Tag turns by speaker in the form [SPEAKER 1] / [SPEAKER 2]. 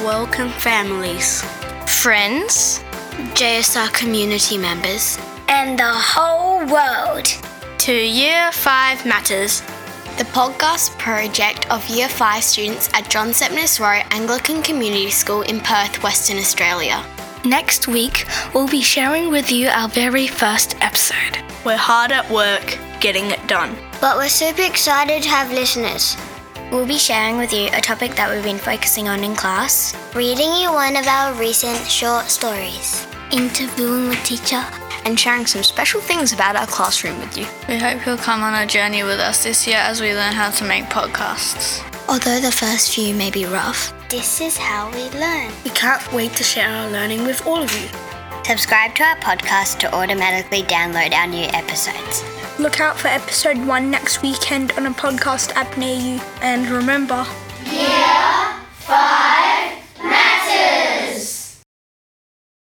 [SPEAKER 1] broken families,
[SPEAKER 2] friends,
[SPEAKER 3] JSR community members,
[SPEAKER 4] and the whole world.
[SPEAKER 2] To Year 5 Matters,
[SPEAKER 3] the podcast project of Year 5 students at John Sepnis Row Anglican Community School in Perth, Western Australia.
[SPEAKER 5] Next week, we'll be sharing with you our very first episode.
[SPEAKER 2] We're hard at work getting it done.
[SPEAKER 4] But we're super excited to have listeners.
[SPEAKER 6] We'll be sharing with you a topic that we've been focusing on in class,
[SPEAKER 7] reading you one of our recent short stories,
[SPEAKER 8] interviewing a teacher,
[SPEAKER 3] and sharing some special things about our classroom with you.
[SPEAKER 9] We hope you'll come on a journey with us this year as we learn how to make podcasts.
[SPEAKER 3] Although the first few may be rough,
[SPEAKER 7] this is how we learn.
[SPEAKER 5] We can't wait to share our learning with all of you.
[SPEAKER 10] Subscribe to our podcast to automatically download our new episodes.
[SPEAKER 5] Look out for episode one next weekend on a podcast app near you. And remember,
[SPEAKER 11] yeah, five.